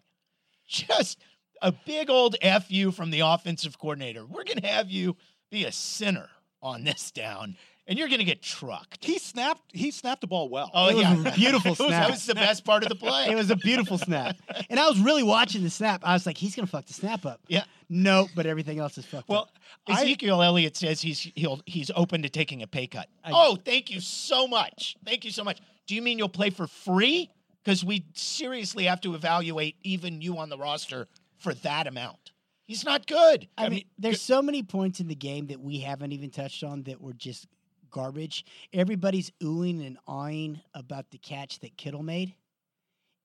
[SPEAKER 2] Just a big old FU from the offensive coordinator. We're going to have you be a sinner on this down, and you're going to get trucked.
[SPEAKER 1] He snapped he snapped the ball well.
[SPEAKER 2] Oh,
[SPEAKER 3] it was
[SPEAKER 2] yeah.
[SPEAKER 3] a beautiful
[SPEAKER 2] It was- that
[SPEAKER 3] snap.
[SPEAKER 2] was the best part of the play.
[SPEAKER 3] it was a beautiful snap. And I was really watching the snap. I was like, he's gonna fuck the snap up.
[SPEAKER 2] Yeah.
[SPEAKER 3] No, but everything else is fucked
[SPEAKER 1] well,
[SPEAKER 3] up.
[SPEAKER 1] I,
[SPEAKER 2] Ezekiel Elliott says he's he'll he's open to taking a pay cut.
[SPEAKER 3] I-
[SPEAKER 2] oh, thank you so much. Thank you so much. Do you mean you'll play for free? Because we seriously have to evaluate even you on the roster for that amount. He's not good.
[SPEAKER 3] I, mean, there's so many points in the game that we haven't even touched on that were just garbage. Everybody's oohing and awing about the catch that Kittle made.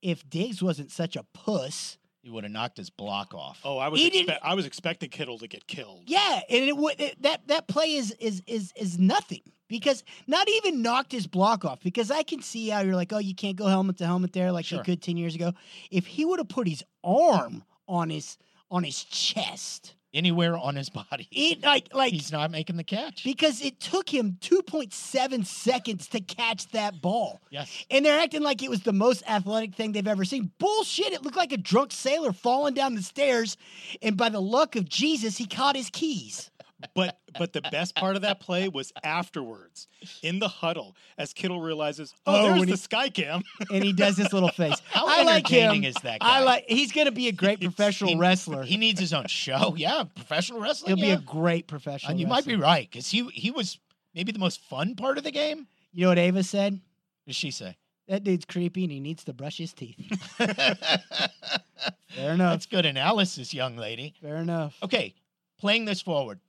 [SPEAKER 3] If Diggs wasn't such a puss,
[SPEAKER 2] He would have knocked his block off.
[SPEAKER 1] oh, I was
[SPEAKER 3] He didn't-
[SPEAKER 1] expe- I was expecting Kittle to get killed.
[SPEAKER 3] yeah, and it, would it that that play is is is is nothing because not even knocked his block off because I can see how you're like, oh, you can't go helmet to helmet there like
[SPEAKER 2] Sure.
[SPEAKER 3] you could ten years ago. If he would have put his arm on his on his chest,
[SPEAKER 2] Anywhere on his body.
[SPEAKER 3] it like like
[SPEAKER 2] he's not making the catch.
[SPEAKER 3] because it took him 2.7 seconds to catch that ball.
[SPEAKER 2] yes.
[SPEAKER 3] And they're acting like it was the most athletic thing they've ever seen. Bullshit. It looked like a drunk sailor falling down the stairs. And by the luck of Jesus, he caught his keys.
[SPEAKER 1] But but the best part of that play was afterwards in the huddle as Kittle realizes, oh,
[SPEAKER 3] Oh,
[SPEAKER 1] there's
[SPEAKER 3] when
[SPEAKER 1] the
[SPEAKER 3] he-
[SPEAKER 1] sky cam.
[SPEAKER 3] And he does this little face.
[SPEAKER 2] How
[SPEAKER 3] I like
[SPEAKER 2] entertaining
[SPEAKER 3] him.
[SPEAKER 2] is that guy?
[SPEAKER 3] I like he's gonna be a great professional
[SPEAKER 2] He-
[SPEAKER 3] wrestler.
[SPEAKER 2] He needs his own show. Yeah, professional wrestling.
[SPEAKER 3] He'll
[SPEAKER 2] yeah.
[SPEAKER 3] be a great professional
[SPEAKER 2] and you might be
[SPEAKER 3] wrestler.
[SPEAKER 2] right because he he was maybe the most fun part of the game. What
[SPEAKER 3] You know what Ava said?
[SPEAKER 2] did she say?
[SPEAKER 3] That dude's creepy and he needs to brush his teeth.
[SPEAKER 2] That's
[SPEAKER 3] Fair enough.
[SPEAKER 2] good analysis, young lady.
[SPEAKER 3] Fair enough.
[SPEAKER 2] Okay, playing this forward.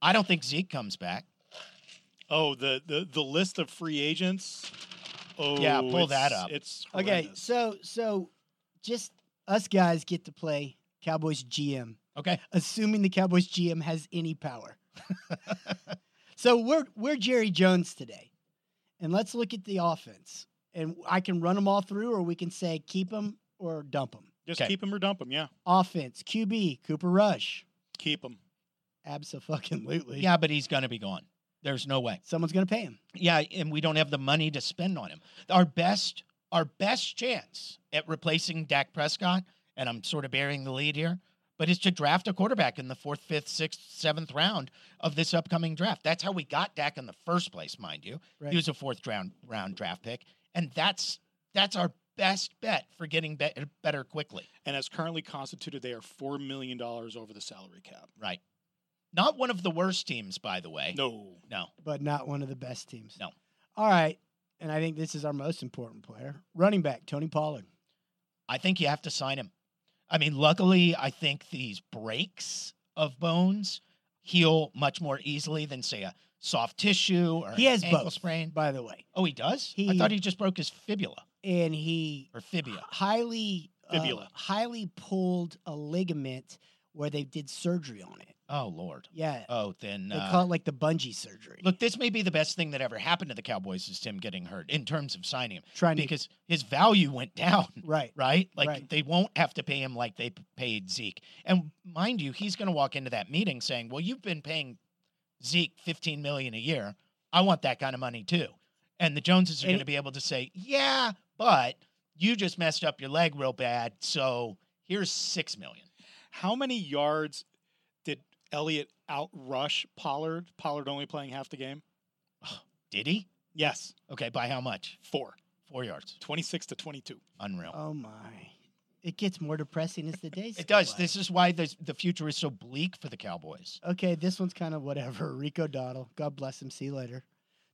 [SPEAKER 2] I don't think Zeke comes back.
[SPEAKER 1] Oh, the the the list of free agents. Oh,
[SPEAKER 2] Yeah, pull that
[SPEAKER 1] it's-
[SPEAKER 2] up.
[SPEAKER 1] It's
[SPEAKER 3] Okay,
[SPEAKER 1] horrendous.
[SPEAKER 3] so so just us guys get to play Cowboys GM,
[SPEAKER 2] Okay.
[SPEAKER 3] assuming the Cowboys GM has any power. so we're we're Jerry Jones today, and let's look at the offense. And I can run them all through, or we can say keep them or dump them.
[SPEAKER 1] just
[SPEAKER 2] okay.
[SPEAKER 1] keep him or dump him. Yeah,
[SPEAKER 3] Offense QB Cooper Rush,
[SPEAKER 1] keep him.
[SPEAKER 3] absolutely.
[SPEAKER 2] Yeah, but he's going to be gone. There's no way.
[SPEAKER 3] someone's gonna pay him.
[SPEAKER 2] Yeah, and we don't have the money to spend on him. Our best, our best chance at replacing Dak Prescott, and I'm sort of burying the lead here, but is to draft a quarterback in the fourth, fifth, sixth, seventh round of this upcoming draft. That's how we got Dak in the first place, mind you.
[SPEAKER 3] Right.
[SPEAKER 2] He was a fourth round round draft pick, and that's that's our best bet for getting bet better quickly.
[SPEAKER 1] And as currently constituted, they are four million dollars over the salary cap.
[SPEAKER 2] Right. Not one of the worst teams, by the way.
[SPEAKER 1] No,
[SPEAKER 2] No.
[SPEAKER 3] but not one of the best teams.
[SPEAKER 2] No.
[SPEAKER 3] All right, and I think this is our most important player, running back Tony Pollard.
[SPEAKER 2] I think you have to sign him. I mean, luckily, I think these breaks of bones heal much more easily than, say, a soft tissue or
[SPEAKER 3] He
[SPEAKER 2] an
[SPEAKER 3] has
[SPEAKER 2] ankle
[SPEAKER 3] both,
[SPEAKER 2] sprain.
[SPEAKER 3] by the way,
[SPEAKER 2] Oh, he does. I
[SPEAKER 3] He-
[SPEAKER 2] thought he just broke his fibula
[SPEAKER 3] and he
[SPEAKER 2] or fibia.
[SPEAKER 3] highly uh,
[SPEAKER 1] Fibula.
[SPEAKER 3] highly pulled a ligament where they did surgery on it.
[SPEAKER 2] Oh Lord.
[SPEAKER 3] Yeah,
[SPEAKER 2] Oh, then
[SPEAKER 3] they
[SPEAKER 2] uh,
[SPEAKER 3] call it like the bungee surgery.
[SPEAKER 2] look. This may be the best thing that ever happened to the Cowboys is him getting hurt in terms of signing him
[SPEAKER 3] trying to
[SPEAKER 2] because his value went down.
[SPEAKER 3] right,
[SPEAKER 2] right? Like
[SPEAKER 3] Right.
[SPEAKER 2] they won't have to pay him like they p- paid Zeke. And mind you, he's going to walk into that meeting saying, "Well, you've been paying Zeke 15 million a year. I want that kind of money too." And the Joneses are
[SPEAKER 3] And
[SPEAKER 2] going to
[SPEAKER 3] it-
[SPEAKER 2] be able to say, "Yeah, but you just messed up your leg real bad, so here's 6 million."
[SPEAKER 1] how many yards? Elliott outrush Pollard? Pollard only playing half the game?
[SPEAKER 2] Did he?
[SPEAKER 1] Yes,
[SPEAKER 2] Okay, by how much?
[SPEAKER 1] four.
[SPEAKER 2] Four yards.
[SPEAKER 1] 26 to 22.
[SPEAKER 2] Unreal.
[SPEAKER 3] Oh my! It gets more depressing as the days.
[SPEAKER 2] it
[SPEAKER 3] go
[SPEAKER 2] does.
[SPEAKER 3] by.
[SPEAKER 2] This is why the the future is so bleak for the Cowboys.
[SPEAKER 3] Okay, this one's kind of whatever. Rico Dottle. God bless him. See you later.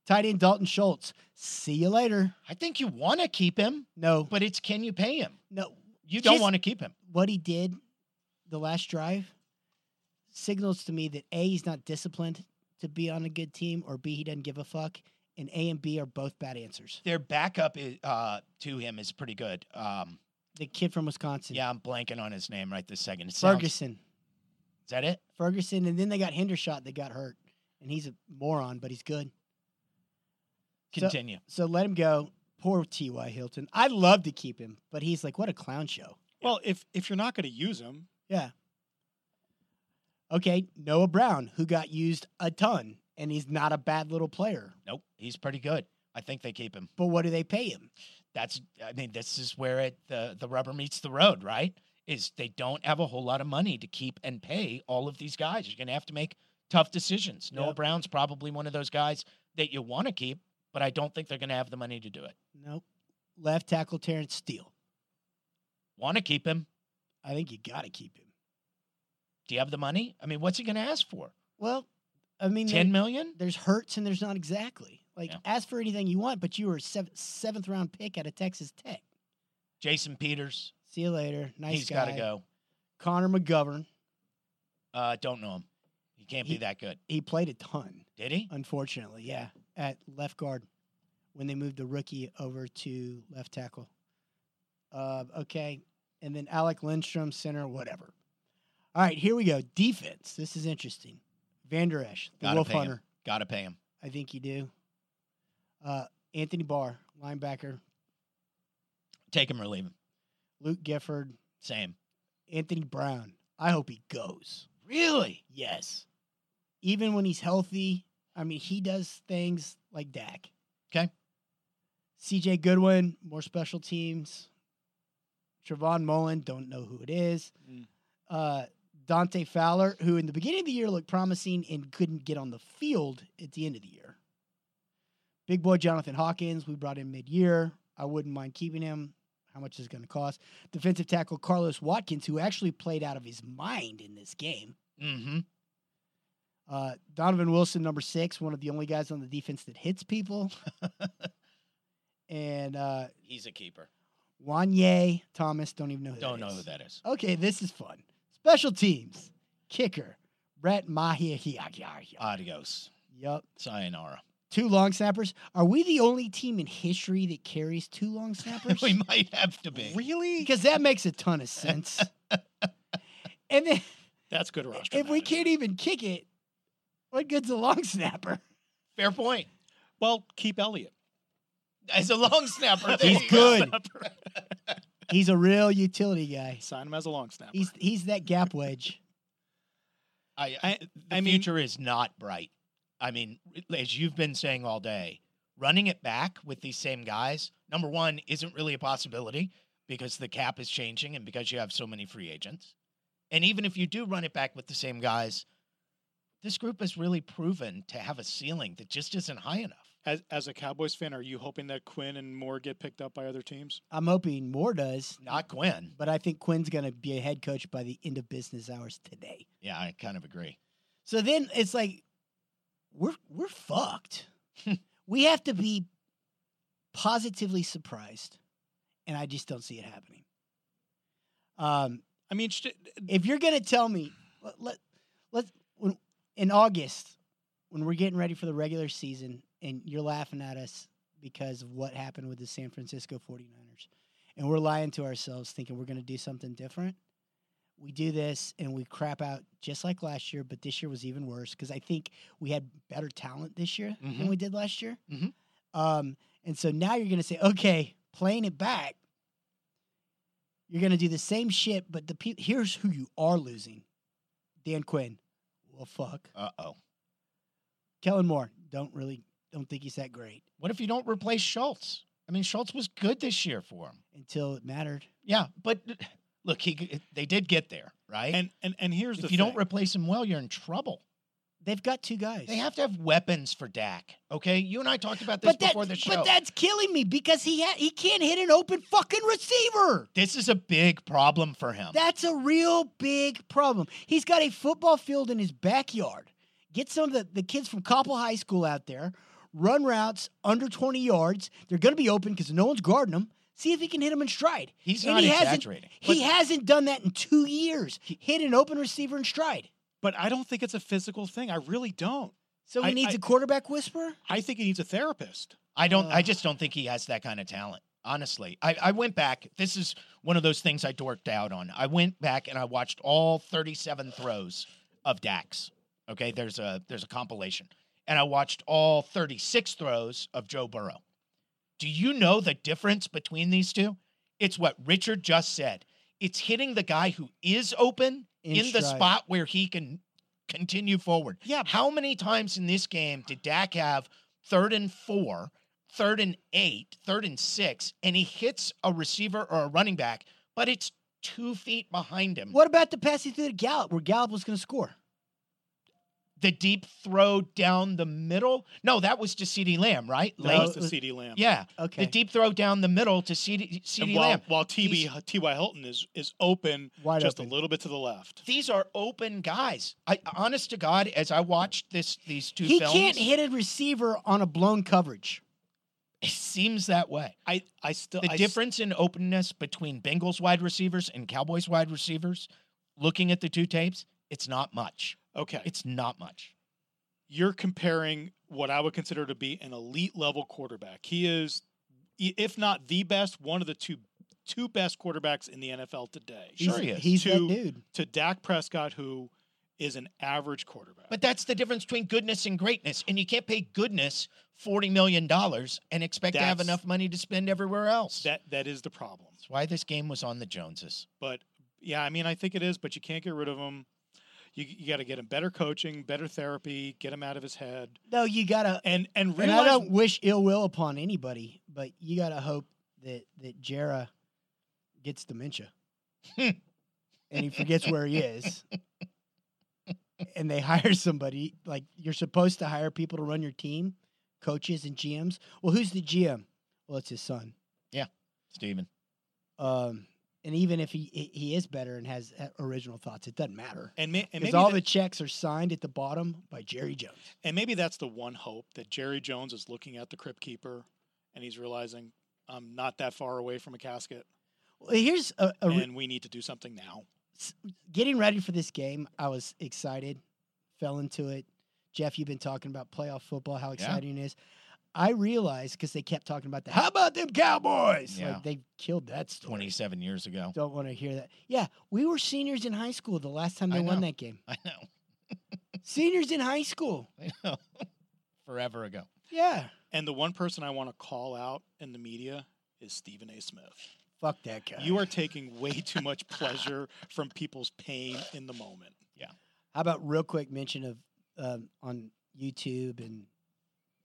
[SPEAKER 3] Tight end Dalton Schultz. See you later.
[SPEAKER 2] I think you want to keep him,
[SPEAKER 3] No,
[SPEAKER 2] but it's can you pay him?
[SPEAKER 3] no.
[SPEAKER 2] You don't
[SPEAKER 3] Just-
[SPEAKER 2] want to keep him.
[SPEAKER 3] What he did the last drive signals to me that A, he's not disciplined to be on a good team, or B, he doesn't give a fuck. And A and B are both bad answers.
[SPEAKER 2] Their backup is, uh, to him is pretty good. Um,
[SPEAKER 3] The kid from Wisconsin,
[SPEAKER 2] yeah, I'm blanking on his name right this second. It sounds-
[SPEAKER 3] Ferguson.
[SPEAKER 2] Is that it?
[SPEAKER 3] Ferguson, and then they got Hendershot that got hurt, and he's a moron, but he's good. So-
[SPEAKER 2] Continue.
[SPEAKER 3] So let him go. Poor T.Y. Hilton. I'd love to keep him, but he's like, what a clown show.
[SPEAKER 1] Well, if if you're not going to use him,
[SPEAKER 3] Yeah. Okay, Noah Brown, who got used a ton, and he's not a bad little player.
[SPEAKER 2] nope, he's pretty good. I think they keep him.
[SPEAKER 3] But what do they pay him?
[SPEAKER 2] That's. I mean, this is where it the the rubber meets the road, right? Is they don't have a whole lot of money to keep and pay all of these guys. You're going to have to make tough decisions. Noah
[SPEAKER 3] Yep.
[SPEAKER 2] Brown's probably one of those guys that you want to keep, but I don't think they're going to have the money to do it.
[SPEAKER 3] Nope. Left tackle Terrence Steele.
[SPEAKER 2] Want to keep him?
[SPEAKER 3] I think you got to keep him.
[SPEAKER 2] Do you have the money? I mean, what's he going to ask for?
[SPEAKER 3] Well, I mean,
[SPEAKER 2] Ten
[SPEAKER 3] there-
[SPEAKER 2] million?
[SPEAKER 3] there's hurts and there's not exactly. Like,
[SPEAKER 2] Yeah.
[SPEAKER 3] ask for anything you want, but you were a sev- seventh round pick out of Texas Tech.
[SPEAKER 2] Jason Peters,
[SPEAKER 3] See you later. Nice
[SPEAKER 2] he's
[SPEAKER 3] guy.
[SPEAKER 2] got to go.
[SPEAKER 3] Connor McGovern.
[SPEAKER 2] Uh, don't know him. He can't
[SPEAKER 3] He-
[SPEAKER 2] be that good,
[SPEAKER 3] He played a ton,
[SPEAKER 2] did he?
[SPEAKER 3] unfortunately. Yeah, at left guard when they moved the rookie over to left tackle. Uh, okay, and then Alec Lindstrom, center, whatever. All right, here we go. Defense. This is interesting. Vander Esch, the
[SPEAKER 2] Gotta
[SPEAKER 3] Wolf
[SPEAKER 2] pay him.
[SPEAKER 3] Hunter.
[SPEAKER 2] Got to pay him.
[SPEAKER 3] I think you do. Uh, Anthony Barr, linebacker.
[SPEAKER 2] Take him or leave him.
[SPEAKER 3] Luke Gifford,
[SPEAKER 2] Same.
[SPEAKER 3] Anthony Brown. I hope he goes.
[SPEAKER 2] Really?
[SPEAKER 3] Yes. Even when he's healthy, I mean, he does things like Dak.
[SPEAKER 2] 'Kay.
[SPEAKER 3] CJ Goodwin, more special teams. Travon Mullen, don't know who it is.
[SPEAKER 1] Mm.
[SPEAKER 3] Uh, Dante Fowler, who in the beginning of the year looked promising and couldn't get on the field at the end of the year. Big boy Jonathan Hawkins, we brought in mid year. I wouldn't mind keeping him. How much is it going to cost? Defensive tackle Carlos Watkins, who actually played out of his mind in this game.
[SPEAKER 2] Mm-hmm.
[SPEAKER 3] Uh, Donovan Wilson, number six, one of the only guys on the defense that hits people. and uh,
[SPEAKER 2] He's a keeper.
[SPEAKER 3] Wanye Thomas, don't even know who
[SPEAKER 2] Don't
[SPEAKER 3] that
[SPEAKER 2] know
[SPEAKER 3] is.
[SPEAKER 2] who that is.
[SPEAKER 3] Okay, this is fun. Special teams, kicker, Brett Mahia.
[SPEAKER 2] Adios.
[SPEAKER 3] Yup.
[SPEAKER 2] Sayonara.
[SPEAKER 3] Two long snappers. Are we the only team in history that carries two long snappers?
[SPEAKER 2] we might have to be.
[SPEAKER 1] really?
[SPEAKER 3] because that makes a ton of sense. and then
[SPEAKER 1] That's good roster.
[SPEAKER 3] if we
[SPEAKER 1] management.
[SPEAKER 3] can't even kick it, what good's a long snapper?
[SPEAKER 2] Fair point.
[SPEAKER 1] well, keep Elliott.
[SPEAKER 2] As a long snapper, there
[SPEAKER 3] He's
[SPEAKER 2] you go.
[SPEAKER 3] good. He's a real utility guy.
[SPEAKER 1] Sign him as a long snapper.
[SPEAKER 3] He's he's that gap wedge.
[SPEAKER 2] I,
[SPEAKER 1] I,
[SPEAKER 2] the
[SPEAKER 1] I mean,
[SPEAKER 2] future is not bright. I mean, as you've been saying all day, running it back with these same guys, number one, isn't really a possibility because the cap is changing and because you have so many free agents. And even if you do run it back with the same guys, this group has really proven to have a ceiling that just isn't high enough.
[SPEAKER 1] as, as a Cowboys fan, are you hoping that Quinn and Moore get picked up by other teams?
[SPEAKER 3] I'm hoping Moore does,
[SPEAKER 2] Not Gwen.
[SPEAKER 3] but I think Quinn's going to be a head coach by the end of business hours today.
[SPEAKER 2] Yeah, I kind of agree.
[SPEAKER 3] So then it's like we're we're fucked. we have to be positively surprised, and I just don't see it happening. Um,
[SPEAKER 1] I mean, sh-
[SPEAKER 3] if you're going to tell me, let, let let's when, in August when we're getting ready for the regular season, and you're laughing at us because of what happened with the San Francisco 49ers, and we're lying to ourselves thinking we're going to do something different. We do this and we crap out just like last year, but this year was even worse because I think we had better talent this year than
[SPEAKER 2] Mhm.
[SPEAKER 3] we did last year.
[SPEAKER 2] Mhm.
[SPEAKER 3] Um, and so now you're going to say, okay, playing it back, you're going to do the same shit, but the people here's who you are losing: Dan Quinn. Well, fuck.
[SPEAKER 2] Uh oh.
[SPEAKER 3] Kellen Moore. Don't really don't think he's that great
[SPEAKER 2] What if you don't replace Schultz? I mean, Schultz was good this year for him.
[SPEAKER 3] until it mattered.
[SPEAKER 2] Yeah, but look, he they did get there, right?
[SPEAKER 1] And and and here's
[SPEAKER 2] if
[SPEAKER 1] the
[SPEAKER 2] you
[SPEAKER 1] thing.
[SPEAKER 2] don't replace him well, you're in trouble.
[SPEAKER 3] They've got two guys.
[SPEAKER 2] They have to have weapons for Dak. Okay, you and I talked about this
[SPEAKER 3] but that,
[SPEAKER 2] before the show.
[SPEAKER 3] but that's killing me because he ha- he can't hit an open fucking receiver.
[SPEAKER 2] this is a big problem for him.
[SPEAKER 3] That's a real big problem. He's got a football field in his backyard. Get some of the, the kids from Coppell High School out there, run routes under 20 yards. They're going to be open because no one's guarding them. See if he can hit them in stride.
[SPEAKER 2] He's
[SPEAKER 3] And
[SPEAKER 2] not
[SPEAKER 3] he
[SPEAKER 2] exaggerating.
[SPEAKER 3] Hasn't, he hasn't done that in two years. Hit an open receiver in stride.
[SPEAKER 1] but I don't think it's a physical thing. I really don't.
[SPEAKER 3] So he
[SPEAKER 1] I-
[SPEAKER 3] needs
[SPEAKER 1] I-
[SPEAKER 3] a quarterback whisperer?
[SPEAKER 1] I think he needs a therapist.
[SPEAKER 2] I don't. I
[SPEAKER 3] Ugh.
[SPEAKER 2] just don't think he has that kind of talent. Honestly, I, I went back. This is one of those things I dorked out on. I went back and I watched all 37 throws of Dax. Okay, there's a there's a compilation, and I watched all 36 throws of Joe Burrow. Do you know the difference between these two? It's what Richard just said. It's hitting the guy who is open
[SPEAKER 3] In
[SPEAKER 2] in the
[SPEAKER 3] stride.
[SPEAKER 2] spot where he can continue forward.
[SPEAKER 1] Yeah,
[SPEAKER 2] How many times in this game did Dak have third and four, third and eight, third and six, and he hits a receiver or a running back, but it's two feet behind him?
[SPEAKER 3] What about the passing through to Gallup where Gallup was going to score?
[SPEAKER 2] The deep throw down the middle? No, that was to CeeDee Lamb, right?
[SPEAKER 1] that
[SPEAKER 2] Late.
[SPEAKER 1] was to CD Lamb.
[SPEAKER 2] Yeah.
[SPEAKER 3] Okay.
[SPEAKER 2] The deep throw down the middle to CD,
[SPEAKER 1] And
[SPEAKER 2] CeeDee
[SPEAKER 1] while
[SPEAKER 2] Lamb.
[SPEAKER 1] while TB
[SPEAKER 2] He's-
[SPEAKER 1] T Y Hilton is is open
[SPEAKER 3] Wide
[SPEAKER 1] just
[SPEAKER 3] open.
[SPEAKER 1] a little bit to the left.
[SPEAKER 2] These are open guys. I honest to God, as I watched this these two
[SPEAKER 3] he
[SPEAKER 2] films,
[SPEAKER 3] can't hit a receiver on a blown coverage.
[SPEAKER 2] it seems that way.
[SPEAKER 1] I I still
[SPEAKER 2] the
[SPEAKER 1] I s-
[SPEAKER 2] difference in openness between Bengals wide receivers and Cowboys wide receivers, looking at the two tapes, it's not much.
[SPEAKER 1] okay.
[SPEAKER 2] It's not much.
[SPEAKER 1] you're comparing what I would consider to be an elite level quarterback. He is, i- if not the best, one of the two two best quarterbacks in the NFL today.
[SPEAKER 2] Sure he
[SPEAKER 3] he's,
[SPEAKER 2] is.
[SPEAKER 3] he's that
[SPEAKER 1] To-
[SPEAKER 3] dude.
[SPEAKER 1] To Dak Prescott, who is an average quarterback.
[SPEAKER 2] But that's the difference between goodness and greatness. And you can't pay goodness $40 million and expect to have
[SPEAKER 1] That's-
[SPEAKER 2] enough money to spend everywhere else.
[SPEAKER 1] that that is the problem.
[SPEAKER 2] that's why this game was on the Joneses.
[SPEAKER 1] But yeah, I mean, I think it is. But you can't get rid of him. You you got to get him better coaching, better therapy, get him out of his head,
[SPEAKER 3] No, you gotta.
[SPEAKER 1] and and
[SPEAKER 3] and I
[SPEAKER 1] realize
[SPEAKER 3] don't wish ill will upon anybody, but you gotta hope that that Jera gets dementia, and he forgets where he is, and they hire somebody. Like you're supposed to hire people to run your team, coaches and GMs. Well, who's the GM? Well, it's his son.
[SPEAKER 2] Steven.
[SPEAKER 3] Um, and even if he he- he is better and has uh, original thoughts, it doesn't matter.
[SPEAKER 1] and, ma- and
[SPEAKER 3] Because
[SPEAKER 1] maybe
[SPEAKER 3] all
[SPEAKER 1] that-
[SPEAKER 3] the checks are signed at the bottom by Jerry Jones.
[SPEAKER 1] And maybe that's the one hope that Jerry Jones is looking at the crypt keeper and he's realizing I'm not that far away from a casket
[SPEAKER 3] Well, Here's a, a re-
[SPEAKER 1] and we need to do something now.
[SPEAKER 3] getting ready for this game, I was excited, fell into it. Jeff, you've been talking about playoff football, how exciting it is. I realized because they kept talking about the how about them Cowboys?
[SPEAKER 2] Yeah.
[SPEAKER 3] Like they killed that story.
[SPEAKER 2] 27 years ago.
[SPEAKER 3] Don't want to hear that. Yeah, we were seniors in high school the last time
[SPEAKER 2] I
[SPEAKER 3] they won
[SPEAKER 2] know.
[SPEAKER 3] that game.
[SPEAKER 2] I know.
[SPEAKER 3] seniors in high school.
[SPEAKER 2] I know. Forever ago.
[SPEAKER 3] Yeah.
[SPEAKER 1] And the one person I want to call out in the media is Stephen A. Smith.
[SPEAKER 3] Fuck that guy.
[SPEAKER 1] You are taking way too much pleasure from people's pain in the moment.
[SPEAKER 3] How about real quick mention of um, on YouTube and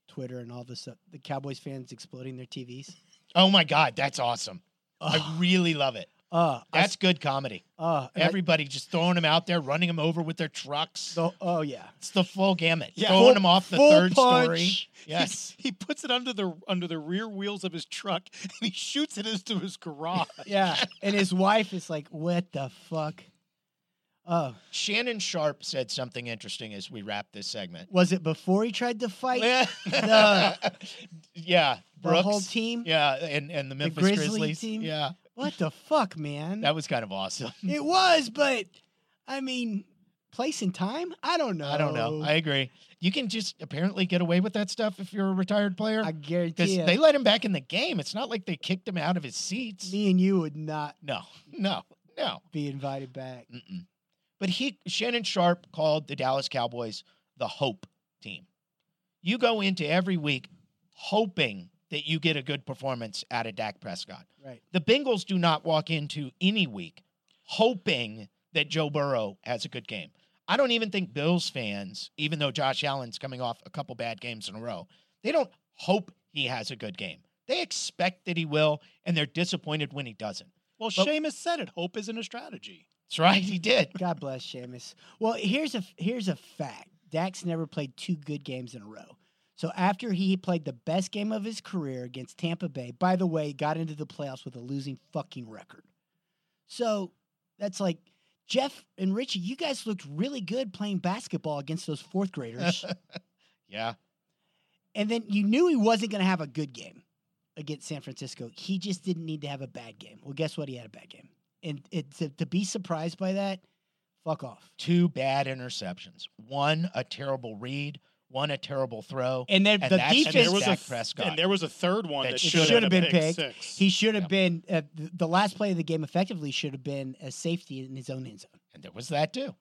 [SPEAKER 3] Twitter and all this stuff, the Cowboys fans exploding their TVs?
[SPEAKER 2] Oh my God, that's awesome. I
[SPEAKER 3] Ugh.
[SPEAKER 2] really love it.
[SPEAKER 3] Uh, I
[SPEAKER 2] That's
[SPEAKER 3] s-
[SPEAKER 2] good comedy.
[SPEAKER 3] uh, and I-
[SPEAKER 2] Everybody just throwing them out there, running them over with their trucks.
[SPEAKER 3] the- oh yeah,
[SPEAKER 2] It's the full gamut.
[SPEAKER 1] Yeah.
[SPEAKER 2] Throwing
[SPEAKER 1] Full-
[SPEAKER 2] him off the
[SPEAKER 3] full
[SPEAKER 2] third story.
[SPEAKER 3] punch.
[SPEAKER 2] Yes.
[SPEAKER 1] He puts it under the under the rear wheels of his truck and he shoots it into his garage.
[SPEAKER 3] yeah. And his wife is like, "What the fuck?" Oh,
[SPEAKER 2] Shannon Sharp said something interesting as we wrap this segment.
[SPEAKER 3] was it before he tried to fight
[SPEAKER 2] yeah.
[SPEAKER 3] the
[SPEAKER 2] Brooks.
[SPEAKER 3] whole team?
[SPEAKER 2] Yeah, and, and the Memphis
[SPEAKER 3] Grizzly
[SPEAKER 2] Grizzlies.
[SPEAKER 3] team?
[SPEAKER 2] Yeah.
[SPEAKER 3] What the fuck, man?
[SPEAKER 2] That was kind of awesome.
[SPEAKER 3] it was, but I mean, place and time. I don't know.
[SPEAKER 2] I don't know. I
[SPEAKER 3] I,
[SPEAKER 2] agree. You can just apparently get away with that stuff if you're a retired player. Because
[SPEAKER 3] guarantee you,
[SPEAKER 2] they let him back in the game. It's not like they kicked him out of his seats.
[SPEAKER 3] me and you would not
[SPEAKER 2] No, no, no.
[SPEAKER 3] be invited back.
[SPEAKER 2] Mm-mm. But he Shannon Sharp called the Dallas Cowboys the hope team. You go into every week hoping that you get a good performance out of Dak Prescott.
[SPEAKER 3] Right.
[SPEAKER 2] The Bengals do not walk into any week hoping that Joe Burrow has a good game. I don't even think Bills fans, even though Josh Allen's coming off a couple bad games in a row, they don't hope he has a good game. They expect that he will, and they're disappointed when he doesn't.
[SPEAKER 7] Well,
[SPEAKER 2] But-
[SPEAKER 7] Seamus said it. Hope isn't a strategy.
[SPEAKER 2] That's right, he did.
[SPEAKER 3] God bless Seamus. Well, here's a here's a fact. Dax never played two good games in a row. So after he played the best game of his career against Tampa Bay, by the way, got into the playoffs with a losing fucking record. So that's like Jeff and Richie, you guys looked really good playing basketball against those fourth graders.
[SPEAKER 2] Yeah.
[SPEAKER 3] and then you knew he wasn't going to have a good game against San Francisco. He just didn't need to have a bad game. Well, guess what? He had a bad game. And it, to, to be surprised by that, fuck off.
[SPEAKER 2] Two bad interceptions. One a terrible read, one a terrible throw.
[SPEAKER 3] And then
[SPEAKER 2] And
[SPEAKER 3] the
[SPEAKER 2] that's- and
[SPEAKER 7] And
[SPEAKER 3] defense,
[SPEAKER 7] there was
[SPEAKER 2] Dak
[SPEAKER 7] a
[SPEAKER 2] Prescott.
[SPEAKER 7] and there was a third one
[SPEAKER 2] That
[SPEAKER 7] that,
[SPEAKER 2] should
[SPEAKER 3] have
[SPEAKER 7] should have
[SPEAKER 3] been
[SPEAKER 7] been
[SPEAKER 3] picked.
[SPEAKER 7] pick six.
[SPEAKER 3] he should have
[SPEAKER 2] Yeah.
[SPEAKER 3] been uh, th- the last play of the game. Effectively, should have been a safety in his own end zone.
[SPEAKER 2] And there was that too.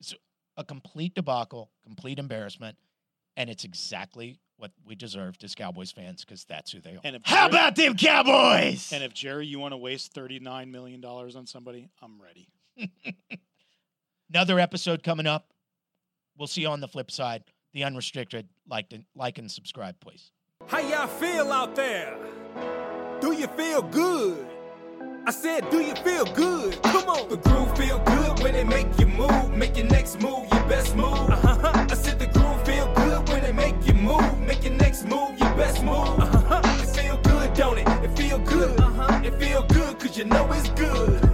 [SPEAKER 2] It's a complete debacle, complete embarrassment. And it's exactly what we deserved as Cowboys fans because that's who they are.
[SPEAKER 7] and if
[SPEAKER 3] How
[SPEAKER 7] Jerry-
[SPEAKER 3] about them Cowboys?
[SPEAKER 7] And if Jerry, you want to waste thirty nine million dollars on somebody, I'm ready.
[SPEAKER 2] Another episode coming up. We'll see you on the flip side. The unrestricted, like, and- like and subscribe, please.
[SPEAKER 1] How y'all feel out there? Do you feel good? I said, do you feel good? Come on. The groove feel good when it make you move. Make your next move your best move. Uh-huh. I said the groove feel good when it make you move. Make your next move your best move. Uh-huh. It feel good, don't it? It feel good. Uh-huh. It feel good cause you know it's good.